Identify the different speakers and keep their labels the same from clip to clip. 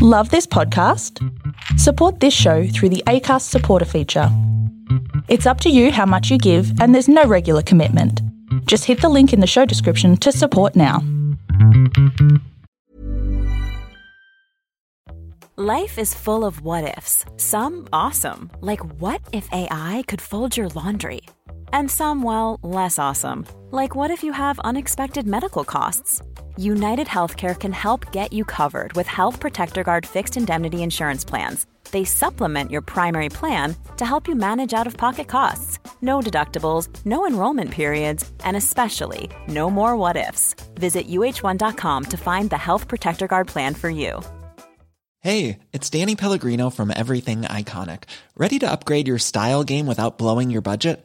Speaker 1: Love this podcast? Support this show through the ACAST supporter feature. It's up to you how much you give, and there's no regular commitment. Just hit the link in the show description to support now.
Speaker 2: Life is full of what ifs. Some awesome, like what if AI could fold your laundry? And some, well, less awesome, like what if you have unexpected medical costs? United Healthcare can help get you covered with Health Protector Guard fixed indemnity insurance plans. They supplement your primary plan to help you manage out of pocket costs. No deductibles, no enrollment periods, and especially no more what ifs. Visit uh1.com to find the Health Protector Guard plan for you.
Speaker 3: Hey, it's Danny Pellegrino from Everything Iconic. Ready to upgrade your style game without blowing your budget?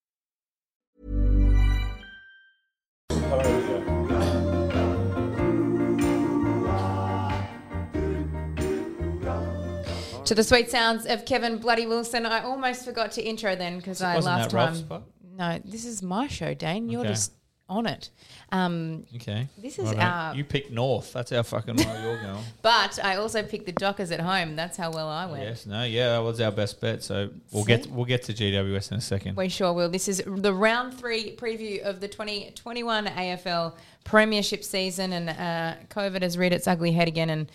Speaker 4: To the sweet sounds of Kevin Bloody Wilson. I almost forgot to intro then because I
Speaker 5: wasn't
Speaker 4: last
Speaker 5: that Rolf's
Speaker 4: time.
Speaker 5: spot?
Speaker 4: No, this is my show, Dane. You're
Speaker 5: Okay.
Speaker 4: just on it. Um,
Speaker 5: Okay.
Speaker 4: This is
Speaker 5: Righto.
Speaker 4: our-
Speaker 5: You picked north. That's how fucking well you're going.
Speaker 4: but I also picked the Dockers at home. That's how well I went.
Speaker 5: yes. No. Yeah. That was our best bet. So we'll get we'll get to GWS in a second.
Speaker 4: We sure will. This is the round three preview of the 2021 AFL Premiership season, and uh, COVID has reared its ugly head again, and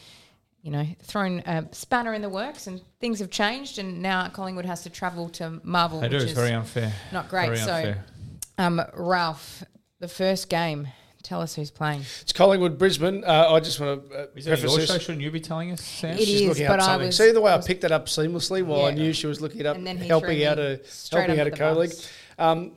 Speaker 4: you know thrown a spanner in the works, and things have changed, and now Collingwood has to travel to Marvel.
Speaker 5: I do.
Speaker 4: which
Speaker 5: It's
Speaker 4: is-
Speaker 5: very unfair.
Speaker 4: not great,
Speaker 5: Very
Speaker 4: so- Um, Ralph, the first game. Tell us who's playing.
Speaker 6: It's Collingwood Brisbane. Uh, I just want to uh,
Speaker 5: Is that
Speaker 6: preface
Speaker 5: your show?
Speaker 6: this.
Speaker 5: Shouldn't you be telling us, Sam?
Speaker 4: It
Speaker 6: She's
Speaker 4: is,
Speaker 6: looking
Speaker 4: but
Speaker 6: up
Speaker 4: I
Speaker 6: something.
Speaker 4: was-
Speaker 6: See the way I picked that up seamlessly while I
Speaker 4: Yeah.
Speaker 6: knew she was looking it up,
Speaker 4: And then he
Speaker 6: helping
Speaker 4: threw
Speaker 6: out
Speaker 4: me
Speaker 6: a
Speaker 4: straight
Speaker 6: helping out
Speaker 4: under
Speaker 6: a
Speaker 4: the
Speaker 6: colleague.
Speaker 4: bus.
Speaker 6: Um,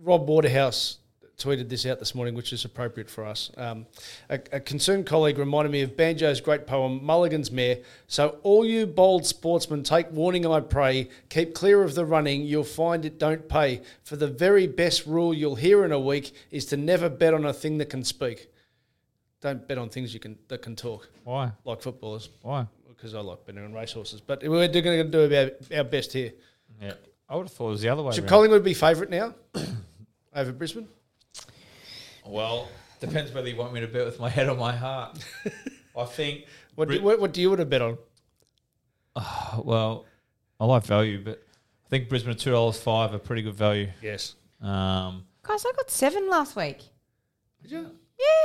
Speaker 6: Rob Waterhouse tweeted this out this morning, which is appropriate for us. Um, a, a concerned colleague reminded me of Banjo's great poem "Mulligan's Mare." So, all you bold sportsmen, take warning, I pray. Keep clear of the running; you'll find it don't pay. For the very best rule you'll hear in a week is to never bet on a thing that can speak. Don't bet on things you can that can talk,
Speaker 5: Why?
Speaker 6: like footballers
Speaker 5: Why?
Speaker 6: because I like betting on racehorses. But we're going to do about our best here.
Speaker 5: Yeah. I would have thought it was the other way.
Speaker 6: Should
Speaker 5: around.
Speaker 6: Collingwood be favourite now over Brisbane?
Speaker 5: well, depends whether you want me to bet with my head or my heart. I think.
Speaker 6: What,
Speaker 5: Bri-
Speaker 6: do, what, what do you want to bet on?
Speaker 5: Well, I like value, but I think Brisbane at two dollars five are pretty good value.
Speaker 6: Yes.
Speaker 5: Um,
Speaker 4: Guys, I got seven last week.
Speaker 6: Did you?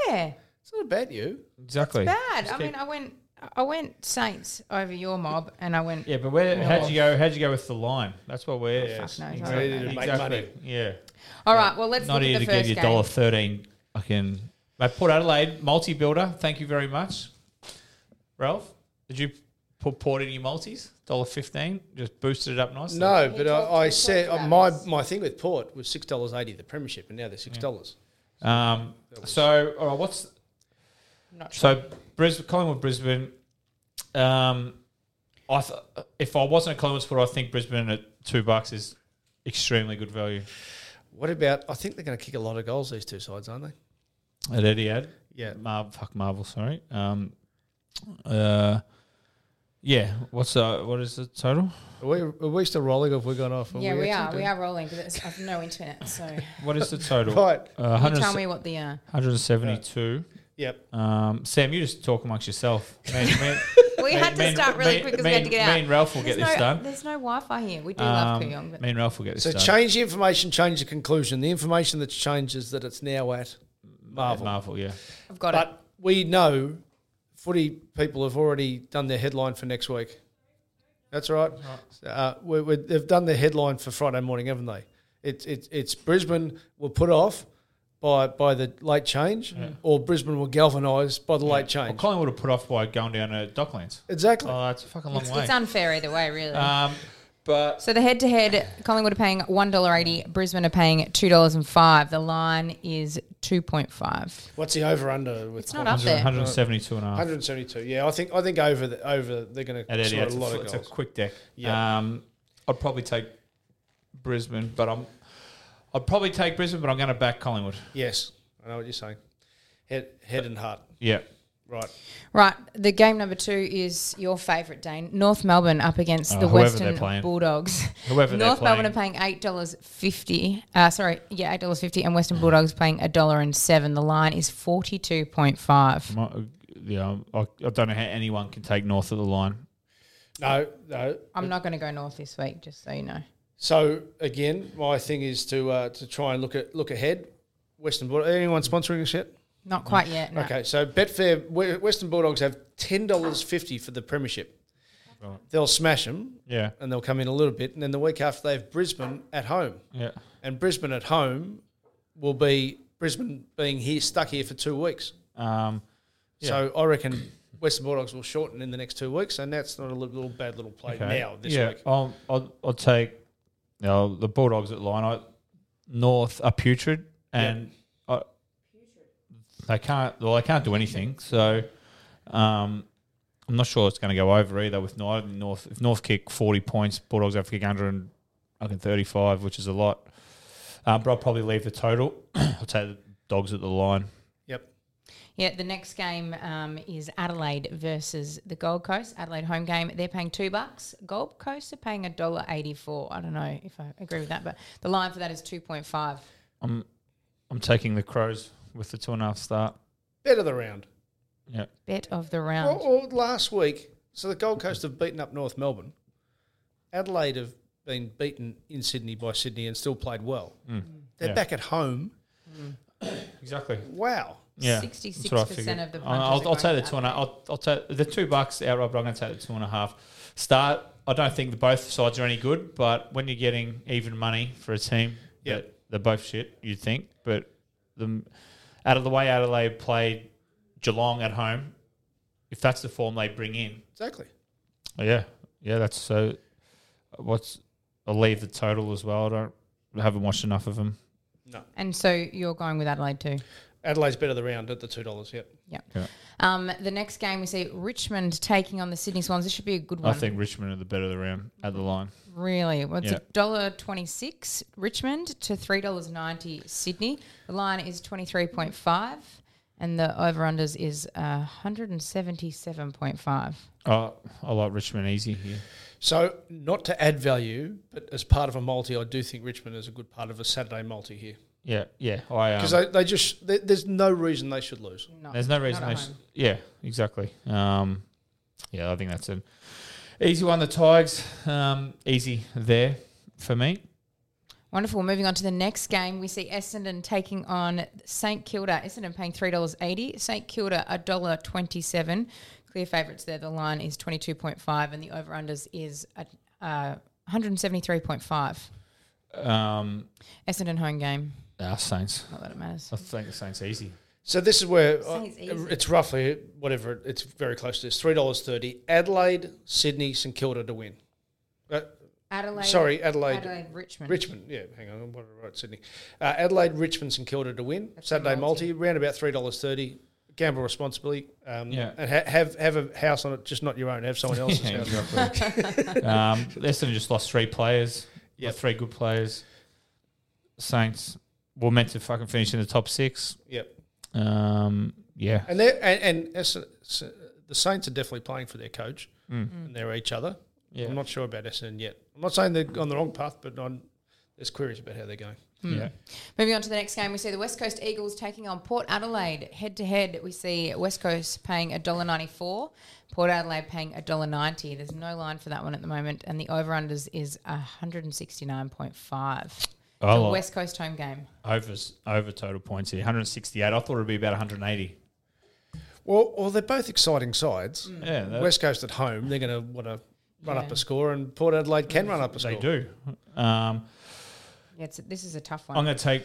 Speaker 4: Yeah,
Speaker 6: It's not about you.
Speaker 5: exactly.
Speaker 4: bad.
Speaker 5: Just
Speaker 4: I
Speaker 5: keep-
Speaker 4: mean, I went, I went Saints over your mob, and I went.
Speaker 5: Yeah, but where? How'd you go? How'd you go with the line? That's what we're.
Speaker 6: Yes.
Speaker 4: no, it's
Speaker 6: You're ready to make money.
Speaker 5: Yeah.
Speaker 4: All right, well let's
Speaker 5: Not
Speaker 4: look
Speaker 5: here
Speaker 4: at the
Speaker 5: to give
Speaker 4: first
Speaker 5: you
Speaker 4: game.
Speaker 5: dollar thirteen. Fucking. Mate, Port Adelaide multi builder. Thank you very much, Ralph. Did you put Port in your multis? Dollar fifteen. Just boosted it up nicely.
Speaker 6: No, but
Speaker 4: talked-
Speaker 6: I, I
Speaker 4: he
Speaker 6: said
Speaker 4: talked about
Speaker 6: my,
Speaker 4: this.
Speaker 6: my thing with Port was six dollars eighty the premiership, and now they're six dollars.
Speaker 5: Um. So, all right. What's
Speaker 4: Not sure.
Speaker 5: so Brisbane, Collingwood, Brisbane. Um, I th- if I wasn't a Collingwood supporter, I think Brisbane at two bucks is extremely good value.
Speaker 6: What about? I think they're going to kick a lot of goals. These two sides, aren't they?
Speaker 5: At Etihad.
Speaker 6: Yeah.
Speaker 5: Mar- fuck Marvel, sorry. Um, uh, yeah. What's uh, what is the total?
Speaker 6: Are we, are we still rolling? Or have we gone off?
Speaker 4: yeah, we are.
Speaker 6: actually
Speaker 4: We are rolling because I've no internet. So
Speaker 5: What is the total?
Speaker 6: doing- Right.
Speaker 5: Uh,
Speaker 4: you tell
Speaker 5: 100,
Speaker 4: me what the uh,
Speaker 5: 172.
Speaker 6: Yep.
Speaker 5: Um, Sam, you just talk amongst yourself. Me and- me and-
Speaker 4: we
Speaker 5: me-
Speaker 4: had
Speaker 5: me
Speaker 4: to
Speaker 5: and-
Speaker 4: start really
Speaker 5: me-
Speaker 4: quick because
Speaker 5: me
Speaker 4: we had
Speaker 5: and-
Speaker 4: to get out.
Speaker 5: Me and Ralph will get
Speaker 4: There's
Speaker 5: this
Speaker 4: no,
Speaker 5: done.
Speaker 4: There's no Wi-Fi here. We do love Kuyong,
Speaker 5: Um,
Speaker 4: but
Speaker 5: me and Ralph will get this
Speaker 6: So
Speaker 5: done.
Speaker 6: change the information. Change the conclusion. The information that's changed is that it's now at Marvel.
Speaker 5: Marvel, yeah.
Speaker 4: I've got it.
Speaker 6: But we know footy people have already done their headline for next week. That's right. Uh, we, we, they've done their headline for Friday morning, haven't they? It's it's it's Brisbane were put off by by the late change, or Brisbane were galvanised by the late
Speaker 5: Well,
Speaker 6: change.
Speaker 5: Collingwood have put off by going down to Docklands.
Speaker 6: exactly.
Speaker 5: Oh, that's a fucking long
Speaker 4: It's,
Speaker 5: way.
Speaker 4: it's unfair either way, really.
Speaker 5: um, but
Speaker 4: So the head-to-head, Collingwood are paying one dollar eighty. Brisbane are paying two dollars and five. The line is two point five.
Speaker 6: What's the over under with
Speaker 4: It's not up there.
Speaker 5: 172 and a half.
Speaker 6: 172. Yeah, I think I think over the, over they're going
Speaker 5: at
Speaker 6: to
Speaker 5: Etihad.
Speaker 6: score a
Speaker 5: It's a,
Speaker 6: lot
Speaker 5: fl-
Speaker 6: of
Speaker 5: it's a
Speaker 6: goals.
Speaker 5: quick deck.
Speaker 6: Yeah.
Speaker 5: Um, I'd probably take Brisbane, but I'm I'd probably take Brisbane, but I'm going to back Collingwood.
Speaker 6: Yes, I know what you're saying. Head, head and heart.
Speaker 5: Yeah.
Speaker 6: Right.
Speaker 4: Right, the game number two is your favourite, Dane. North Melbourne up against
Speaker 5: Oh,
Speaker 4: the
Speaker 5: whoever they're
Speaker 4: Western
Speaker 5: playing.
Speaker 4: Bulldogs.
Speaker 5: Whoever they're
Speaker 4: North Melbourne are
Speaker 5: playing.
Speaker 4: paying eight dollars fifty. Uh, sorry, yeah, eight dollars fifty, and Western Bulldogs paying a dollar and seven. The line is forty two point five.
Speaker 5: My, yeah, I, I don't know how anyone can take North of the line.
Speaker 6: No, no.
Speaker 4: I'm not going to go North this week, just so you know.
Speaker 6: So again, my thing is to uh, to try and look at look ahead. Western Bulldogs. Anyone sponsoring us yet?
Speaker 4: Not quite yet. no.
Speaker 6: Okay, so Betfair We- Western Bulldogs have ten dollars fifty for the premiership. They'll smash them,
Speaker 5: Yeah.
Speaker 6: and they'll come in a little bit, and then the week after they have Brisbane at home,
Speaker 5: Yeah.
Speaker 6: and Brisbane at home will be Brisbane being here stuck here for two weeks.
Speaker 5: Um,
Speaker 6: So I reckon Western Bulldogs will shorten in the next two weeks, and that's not a little, little bad little play
Speaker 5: okay.
Speaker 6: now this
Speaker 5: yeah,
Speaker 6: week.
Speaker 5: I'll, I'll, I'll take you know, the Bulldogs at line. I, North are putrid and I, they can't well they can't do anything. So um, I'm not sure it's going to go over either. With North, North if North kick 40 points, Bulldogs have to kick 135, which is a lot. Um, but I'll probably leave the total. I'll take the dogs at the line.
Speaker 6: Yep.
Speaker 4: Yeah, the next game um, is Adelaide versus the Gold Coast. Adelaide home game. They're paying two bucks. Gold Coast are paying a dollar eighty four. I don't know if I agree with that, but the line for that is two point five.
Speaker 5: I'm I'm taking the Crows with the two and a half start.
Speaker 6: Bet of the round.
Speaker 5: Yeah,
Speaker 4: Bet of the
Speaker 6: Well,
Speaker 4: round.
Speaker 6: well, last week, so the Gold Coast have beaten up North Melbourne. Adelaide have been beaten in Sydney by Sydney and still played well. They're
Speaker 5: Yeah.
Speaker 6: back at home.
Speaker 5: exactly.
Speaker 6: Wow.
Speaker 5: Yeah,
Speaker 4: 66% of the
Speaker 5: I'll-
Speaker 4: punches
Speaker 5: I'll,
Speaker 4: are
Speaker 5: I'll take the
Speaker 4: going
Speaker 5: two and a, I'll, I'll take the two bucks outright, but I'm going to take the two and a half start. I don't think both sides are any good, but when you're getting even money for a team,
Speaker 6: Yeah.
Speaker 5: that- they're both shit. You'd think, but the out of the way Adelaide played Geelong at home. If that's the form they bring in,
Speaker 6: Exactly.
Speaker 5: yeah, yeah, that's so. What's I'll leave the total as well. I don't I haven't watched enough of them.
Speaker 4: And so you're going with Adelaide too.
Speaker 6: Adelaide's better the round at the two dollars. Yep.
Speaker 4: Yeah.
Speaker 5: Yeah.
Speaker 4: Um, the next game we see Richmond taking on the Sydney Swans. This should be a good
Speaker 5: I
Speaker 4: one.
Speaker 5: think Richmond are the better of the round at the line.
Speaker 4: Really, well, it's
Speaker 5: Yeah.
Speaker 4: a dollar twenty-six Richmond to three dollars ninety Sydney. The line is twenty-three point five, and the over/unders is uh, hundred and seventy-seven point five.
Speaker 5: Oh, I like Richmond easy here.
Speaker 6: So not to add value, but as part of a multi, I do think Richmond is a good part of a Saturday multi here
Speaker 5: Yeah, yeah. I um,
Speaker 6: because they, they just they, there's no reason they should lose.
Speaker 4: No,
Speaker 5: there's no reason.
Speaker 4: not
Speaker 5: They
Speaker 4: at
Speaker 5: sh-
Speaker 4: home.
Speaker 5: yeah, exactly. Um, yeah, I think that's an easy one. The Tigers, um, easy there for me.
Speaker 4: Wonderful. Moving on to the next game, we see Essendon taking on St Kilda. Essendon paying three dollars eighty. St Kilda a dollar twenty-seven. Clear favourites there. The line is twenty-two point five, and the over/unders is at, uh, hundred and seventy-three point five.
Speaker 5: Um,
Speaker 4: Essendon home game.
Speaker 5: ah, Saints.
Speaker 4: Not that it matters.
Speaker 5: I think the Saints easy.
Speaker 6: So this is where uh,
Speaker 4: Sounds easy.
Speaker 6: it's roughly whatever it's very close to this three dollars thirty. Adelaide, Sydney, St Kilda to win. Uh,
Speaker 4: Adelaide.
Speaker 6: Sorry, Adelaide.
Speaker 4: Adelaide, Richmond.
Speaker 6: Richmond, yeah, hang on, what did I write? Sydney, uh, Adelaide, Richmond, St Kilda to win Saturday multi, round about three dollars thirty. Gamble responsibly, um,
Speaker 5: Yeah.
Speaker 6: and ha- have have a house on it, just not your own. Have someone else's
Speaker 5: Yeah,
Speaker 6: house.
Speaker 5: exactly. um, Essendon just lost three players. Yeah,
Speaker 6: Yep.
Speaker 5: three good players. Saints were meant to fucking finish in the top six.
Speaker 6: Yep,
Speaker 5: Um, yeah,
Speaker 6: and they and, and S- S- the Saints are definitely playing for their coach
Speaker 4: Mm.
Speaker 6: and they're each other.
Speaker 5: Mm. Yeah.
Speaker 6: I'm not sure about Essendon yet. I'm not saying they're on the wrong path, but on, there's queries about how they're going.
Speaker 5: yeah.
Speaker 4: Moving on to the next game, we see the West Coast Eagles taking on Port Adelaide head to head. We see West Coast paying $1.94, Port Adelaide paying $1.90. There's no line for that one at the moment, and the over unders is 169.5. It's
Speaker 5: I
Speaker 4: a
Speaker 5: like-
Speaker 4: West Coast home game.
Speaker 5: Overs over total points here, 168. I thought it would be about 180.
Speaker 6: Well, well, they're both exciting sides.
Speaker 5: Mm. Yeah, that-
Speaker 6: West Coast at home, they're going to want to run up
Speaker 4: Yeah.
Speaker 6: a score, and Port Adelaide can run up a score.
Speaker 5: Mm. they do. Um,
Speaker 4: Yeah, it's, this is a tough one.
Speaker 5: I'm going to take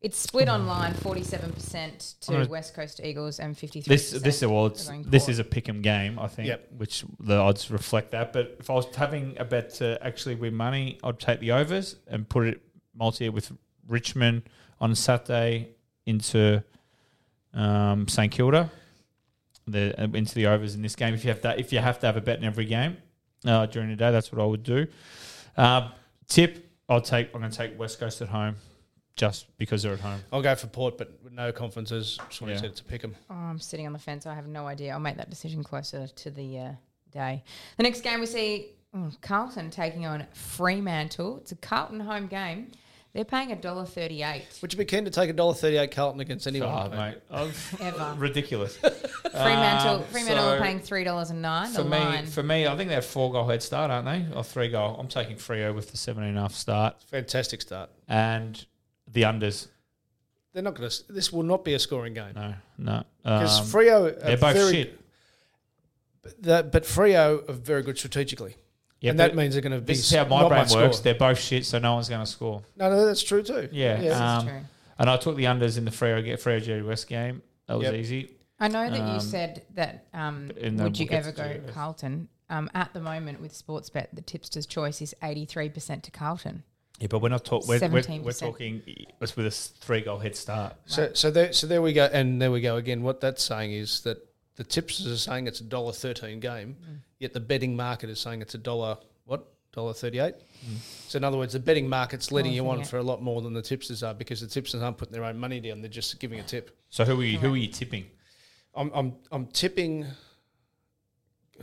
Speaker 4: it's split online 47% to
Speaker 5: I'm gonna-
Speaker 4: West Coast Eagles and 53
Speaker 5: this. This well, it's,
Speaker 4: going
Speaker 5: this
Speaker 4: Port.
Speaker 5: is a pick'em game, I think.
Speaker 6: Yep.
Speaker 5: Which the odds reflect that. But if I was having a bet to actually win money, I'd take the overs and put it multi with Richmond on Saturday into um, St Kilda, the uh, into the overs in this game. If you have that, if you have to have a bet in every game uh, during the day, that's what I would do. Uh, Tip, I'll take. I'm going to take West Coast at home, just because they're at home.
Speaker 6: I'll go for Port, but with no conferences. Just want
Speaker 5: Yeah.
Speaker 6: to said to pick them.
Speaker 4: Oh, I'm sitting on the fence. I have no idea. I'll make that decision closer to the uh, day. The next game we see oh, Carlton taking on Fremantle. It's a Carlton home game. They're paying a dollar thirty-eight.
Speaker 6: Would you be keen to take a dollar thirty-eight Carlton against anyone?
Speaker 5: Oh, mate, oh,
Speaker 4: Ever.
Speaker 5: ridiculous.
Speaker 4: Fremantle,
Speaker 5: Um,
Speaker 4: Fremantle are
Speaker 5: so
Speaker 4: paying three dollars and nine. The
Speaker 5: For
Speaker 4: line.
Speaker 5: me, for me, I think they're four goal head start, aren't they? Or three goal. I'm taking Frio with the seven and a half start
Speaker 6: Fantastic start.
Speaker 5: and the unders.
Speaker 6: They're not going to. This will not be a scoring game
Speaker 5: No, no.
Speaker 6: because
Speaker 5: Um,
Speaker 6: Frio. Are
Speaker 5: they're both
Speaker 6: very,
Speaker 5: shit.
Speaker 6: The, but Frio are very good strategically,
Speaker 5: Yeah,
Speaker 6: and
Speaker 5: but
Speaker 6: that means they're going to be.
Speaker 5: this is how my
Speaker 6: not
Speaker 5: brain
Speaker 6: much
Speaker 5: works.
Speaker 6: score.
Speaker 5: They're both shit, so no one's going to score.
Speaker 6: No, no, that's true too.
Speaker 5: Yeah.
Speaker 6: Yeah.
Speaker 4: This is
Speaker 5: um,
Speaker 4: true.
Speaker 5: And I took the unders in the Freo get Freo Jerry West game. That was
Speaker 6: Yep.
Speaker 5: easy.
Speaker 4: I know that you
Speaker 5: um,
Speaker 4: said that. Um,
Speaker 5: and then
Speaker 4: would you
Speaker 5: we'll get
Speaker 4: ever
Speaker 5: to
Speaker 4: go
Speaker 5: GS.
Speaker 4: Carlton? Um, at the moment with Sportsbet, the tipster's choice is eighty-three percent to Carlton.
Speaker 5: Yeah, but we're not talking. We're, we're, we're
Speaker 4: 17%.
Speaker 5: talking. It's with a three goal head start.
Speaker 6: So, so there, so there we go, and there we go again. What that's saying is that the tipsters are saying it's a dollar thirteen game, yet the betting market is saying it's a dollar what dollar thirty eight. So, in other words, the betting market's letting you on
Speaker 4: $1.38.
Speaker 6: for a lot more than the tipsters are because the tipsters aren't putting their own money down; they're just giving a tip.
Speaker 5: So who are you? Who are you tipping?
Speaker 6: I'm, I'm, I'm tipping.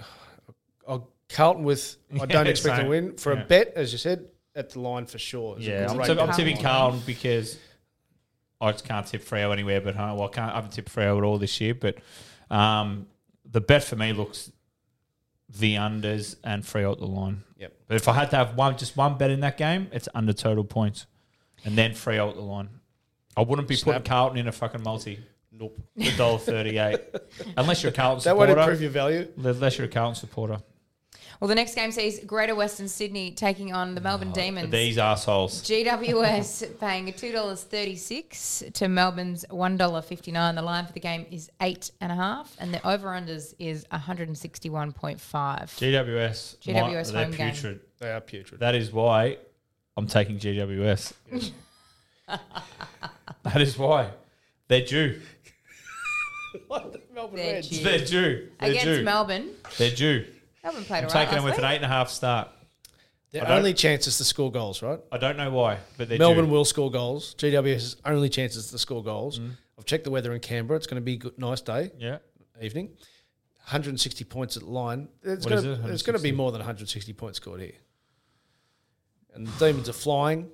Speaker 6: I'll Carlton with. I don't
Speaker 5: Yeah,
Speaker 6: expect
Speaker 5: same.
Speaker 6: to win for
Speaker 5: Yeah.
Speaker 6: a bet, as you said, at the line for sure. It's a
Speaker 5: Yeah, I'm,
Speaker 6: great
Speaker 5: tip- I'm
Speaker 6: bet.
Speaker 5: tipping Carlton because I just can't tip Freo anywhere but home. Well, I can't. I haven't tipped Freo at all this year, but um, the bet for me looks the unders and Freo at the line.
Speaker 6: Yep.
Speaker 5: But if I had to have one, just one bet in that game, it's under total points, and then Freo at the line. I wouldn't be putting
Speaker 6: Snap.
Speaker 5: Carlton in a fucking multi.
Speaker 6: Nope.
Speaker 5: The dollar thirty-eight, unless you're a Carlton
Speaker 6: That won't improve
Speaker 5: supporter.
Speaker 6: your value.
Speaker 5: Unless you're a Carlton supporter,
Speaker 4: Well, the next game sees Greater Western Sydney taking on the Melbourne Demons.
Speaker 5: these assholes.
Speaker 4: GWS paying two dollars thirty six to Melbourne's one dollar fifty nine. The line for the game is eight and a half, and the over unders is one hundred and sixty one point five.
Speaker 5: GWS,
Speaker 4: GWS
Speaker 5: they're
Speaker 4: home game.
Speaker 5: putrid.
Speaker 6: They are putrid.
Speaker 5: That is why I'm taking GWS. that is why. They're due.
Speaker 6: Melbourne
Speaker 4: They're
Speaker 6: Reds.
Speaker 4: due.
Speaker 5: They're due. They're
Speaker 4: Against
Speaker 5: due.
Speaker 4: Melbourne,
Speaker 5: They're due.
Speaker 4: Melbourne played
Speaker 5: I'm
Speaker 4: all right
Speaker 5: taking them with
Speaker 4: last
Speaker 5: an eight and a half start. I
Speaker 6: Their
Speaker 5: don't-
Speaker 6: only chance is to score goals, right?
Speaker 5: I don't know why, but they're
Speaker 6: Melbourne
Speaker 5: due.
Speaker 6: will score goals. GWS's only chance is to score goals.
Speaker 5: Mm.
Speaker 6: I've checked the weather in Canberra. It's going to be a good, nice day,
Speaker 5: Yeah.
Speaker 6: evening. 160 points at the line. It's
Speaker 5: What is
Speaker 6: going,
Speaker 5: it,
Speaker 6: to, it's going to be
Speaker 5: 160?
Speaker 6: more than 160 points scored here. And the Demons are flying.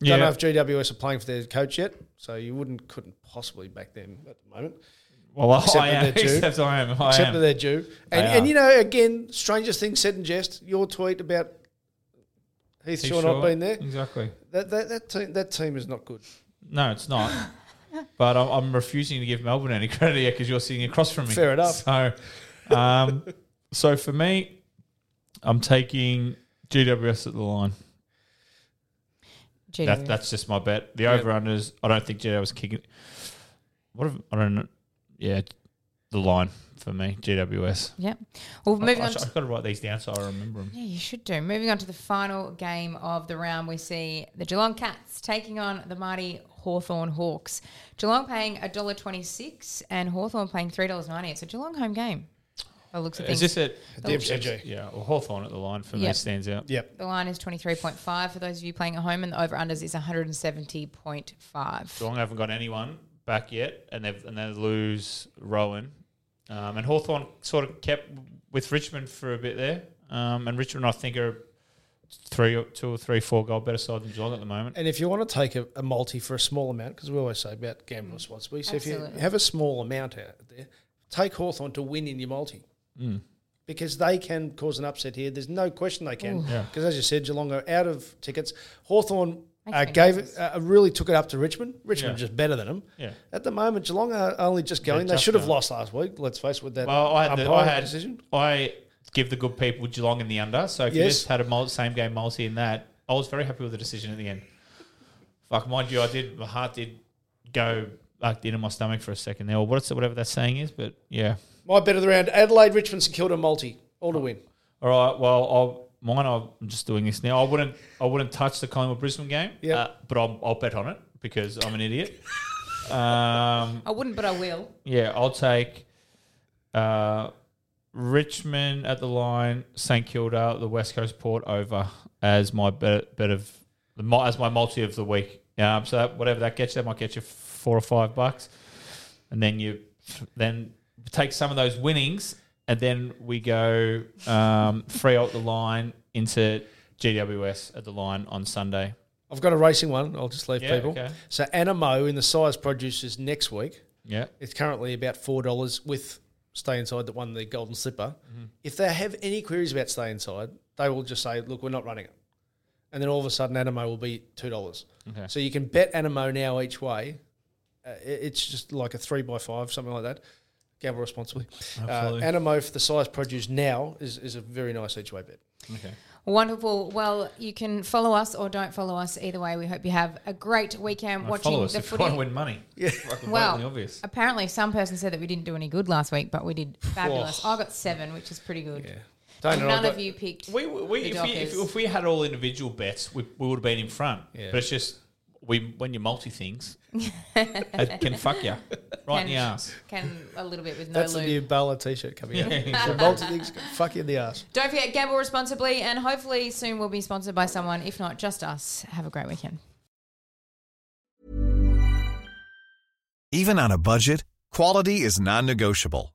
Speaker 5: Yeah.
Speaker 6: Don't know if GWS are playing for their coach yet, so you wouldn't couldn't possibly back them at the moment.
Speaker 5: well, I,
Speaker 6: Except
Speaker 5: I
Speaker 6: that
Speaker 5: am.
Speaker 6: they're due.
Speaker 5: Except I am. I
Speaker 6: except
Speaker 5: am.
Speaker 6: that they're due. And,
Speaker 5: They
Speaker 6: and
Speaker 5: are.
Speaker 6: you know, again, strangest thing said in jest. Your tweet about Heath
Speaker 5: Too
Speaker 6: Shaw
Speaker 5: short.
Speaker 6: not being there.
Speaker 5: Exactly.
Speaker 6: That that that team, that team is not good.
Speaker 5: No, it's not. but I'm, I'm refusing to give Melbourne any credit yet because you're sitting across from me.
Speaker 6: Fair enough.
Speaker 5: So, um, so for me, I'm taking GWS at the line.
Speaker 4: week.
Speaker 5: That, that's just my bet. The over unders, I don't think GW was kicking. What if I don't know? Yeah, the line for me, GWS.
Speaker 4: yeah. Well, moving
Speaker 5: I,
Speaker 4: on. To,
Speaker 5: have got to write these down so I remember them.
Speaker 4: yeah, you should do. Moving on to the final game of the round, we see the Geelong Cats taking on the mighty Hawthorn Hawks. Geelong paying $1.26 and Hawthorn paying $3.98. It's a Geelong home game. By the looks of
Speaker 5: Is
Speaker 4: things.
Speaker 5: this it?
Speaker 6: The MCG.
Speaker 5: Yeah, well, Hawthorne at the line for me
Speaker 4: Yep.
Speaker 5: stands out.
Speaker 6: Yep.
Speaker 4: The line is 23.5 for those of you playing at home, and the over unders is 170.5.
Speaker 5: Geelong haven't got anyone back yet, and they have and they lose Rowan, um, and Hawthorn sort of kept with Richmond for a bit there, um, and Richmond I think are three, or- two or three, four goal better side than Geelong at the moment.
Speaker 6: And if you want to take a, a multi for a small amount, because we always say about gambling responsibly, so if
Speaker 4: Absolutely.
Speaker 6: you have a small amount out there, take Hawthorn to win in your multi.
Speaker 5: Mm.
Speaker 6: Because they can cause an upset here. There's no question they can.
Speaker 5: Yeah.
Speaker 6: Because as you said, Geelong are out of tickets. Hawthorn
Speaker 4: Makes
Speaker 6: uh,
Speaker 4: me
Speaker 6: gave
Speaker 4: nervous.
Speaker 6: it, uh, really took it up to Richmond. Richmond
Speaker 5: Yeah.
Speaker 6: just better than them.
Speaker 5: Yeah.
Speaker 6: At the moment, Geelong are only just going. they
Speaker 5: just
Speaker 6: should have
Speaker 5: going.
Speaker 6: lost last week. Let's face it, with that
Speaker 5: Well, I had, the, I
Speaker 6: umpire
Speaker 5: had
Speaker 6: decision.
Speaker 5: I give the good people Geelong in the under. So if you
Speaker 6: Yes.
Speaker 5: just had a mul- same game multi in that, I was very happy with the decision at the end. Fuck, mind you, I did. My heart did go like the end of my stomach for a second there, or what's whatever that saying is. But yeah,
Speaker 6: My bet of the round: Adelaide, Richmond, St Kilda, multi, all
Speaker 5: Oh.
Speaker 6: to win.
Speaker 5: all right. Well, I'll, mine. I'm just doing this now. I wouldn't. I wouldn't touch the Collingwood Brisbane game. uh,
Speaker 6: Yep.
Speaker 5: but I'll, I'll bet on it because I'm an idiot. um,
Speaker 4: I wouldn't, but I will.
Speaker 5: yeah, I'll take. Uh, Richmond at the line, St Kilda, the West Coast Port over, as my bet, bet of my, as my multi of the week. Um, so that, whatever that gets you, that might get you four or five bucks, and then you then take some of those winnings, and then we go um, free out the line into GWS at the line on Sunday.
Speaker 6: I've got a racing one. I'll just leave
Speaker 5: Yeah,
Speaker 6: people.
Speaker 5: okay.
Speaker 6: So Anna Mo in the size produce is next week.
Speaker 5: Yeah,
Speaker 6: It's currently about four dollars with Stay Inside that won the Golden Slipper.
Speaker 5: Mm-hmm.
Speaker 6: If they have any queries about Stay Inside, they will just say, "Look, we're not running it," and then all of a sudden, Animo will be two dollars.
Speaker 5: Okay.
Speaker 6: So you can bet Animo now each way. Uh, it- it's just like a three by five, something like that. Gamble responsibly. Uh,
Speaker 5: Absolutely.
Speaker 6: Animo for the size produce now is, is a very nice each way bet.
Speaker 4: Wonderful. Well, you can follow us or don't follow us. Either way, we hope you have a great weekend
Speaker 5: Now
Speaker 4: watching
Speaker 5: follow us
Speaker 4: the
Speaker 5: if you want to
Speaker 4: footy.
Speaker 5: win money. Yeah,
Speaker 4: Well,
Speaker 5: obvious.
Speaker 4: apparently, some person said that we didn't do any good last week, but we did fabulous. I got seven, which is pretty good.
Speaker 6: Don't know,
Speaker 4: None
Speaker 6: I've
Speaker 4: of
Speaker 6: got-
Speaker 4: you picked.
Speaker 5: We, we
Speaker 4: the
Speaker 5: if, we if,
Speaker 4: Dockers.
Speaker 5: if we had all individual bets, we, we would have been in front.
Speaker 6: Yeah.
Speaker 5: But it's just we when you multi things, it can fuck you right in the ass.
Speaker 4: Can a little bit with no
Speaker 6: That's the
Speaker 4: lube.
Speaker 6: new Bala t-shirt coming out. so multi things, fuck you in the ass.
Speaker 4: Don't forget, gamble responsibly, and hopefully soon we'll be sponsored by someone. If not, just us. Have a great weekend.
Speaker 7: Even on a budget, quality is non-negotiable.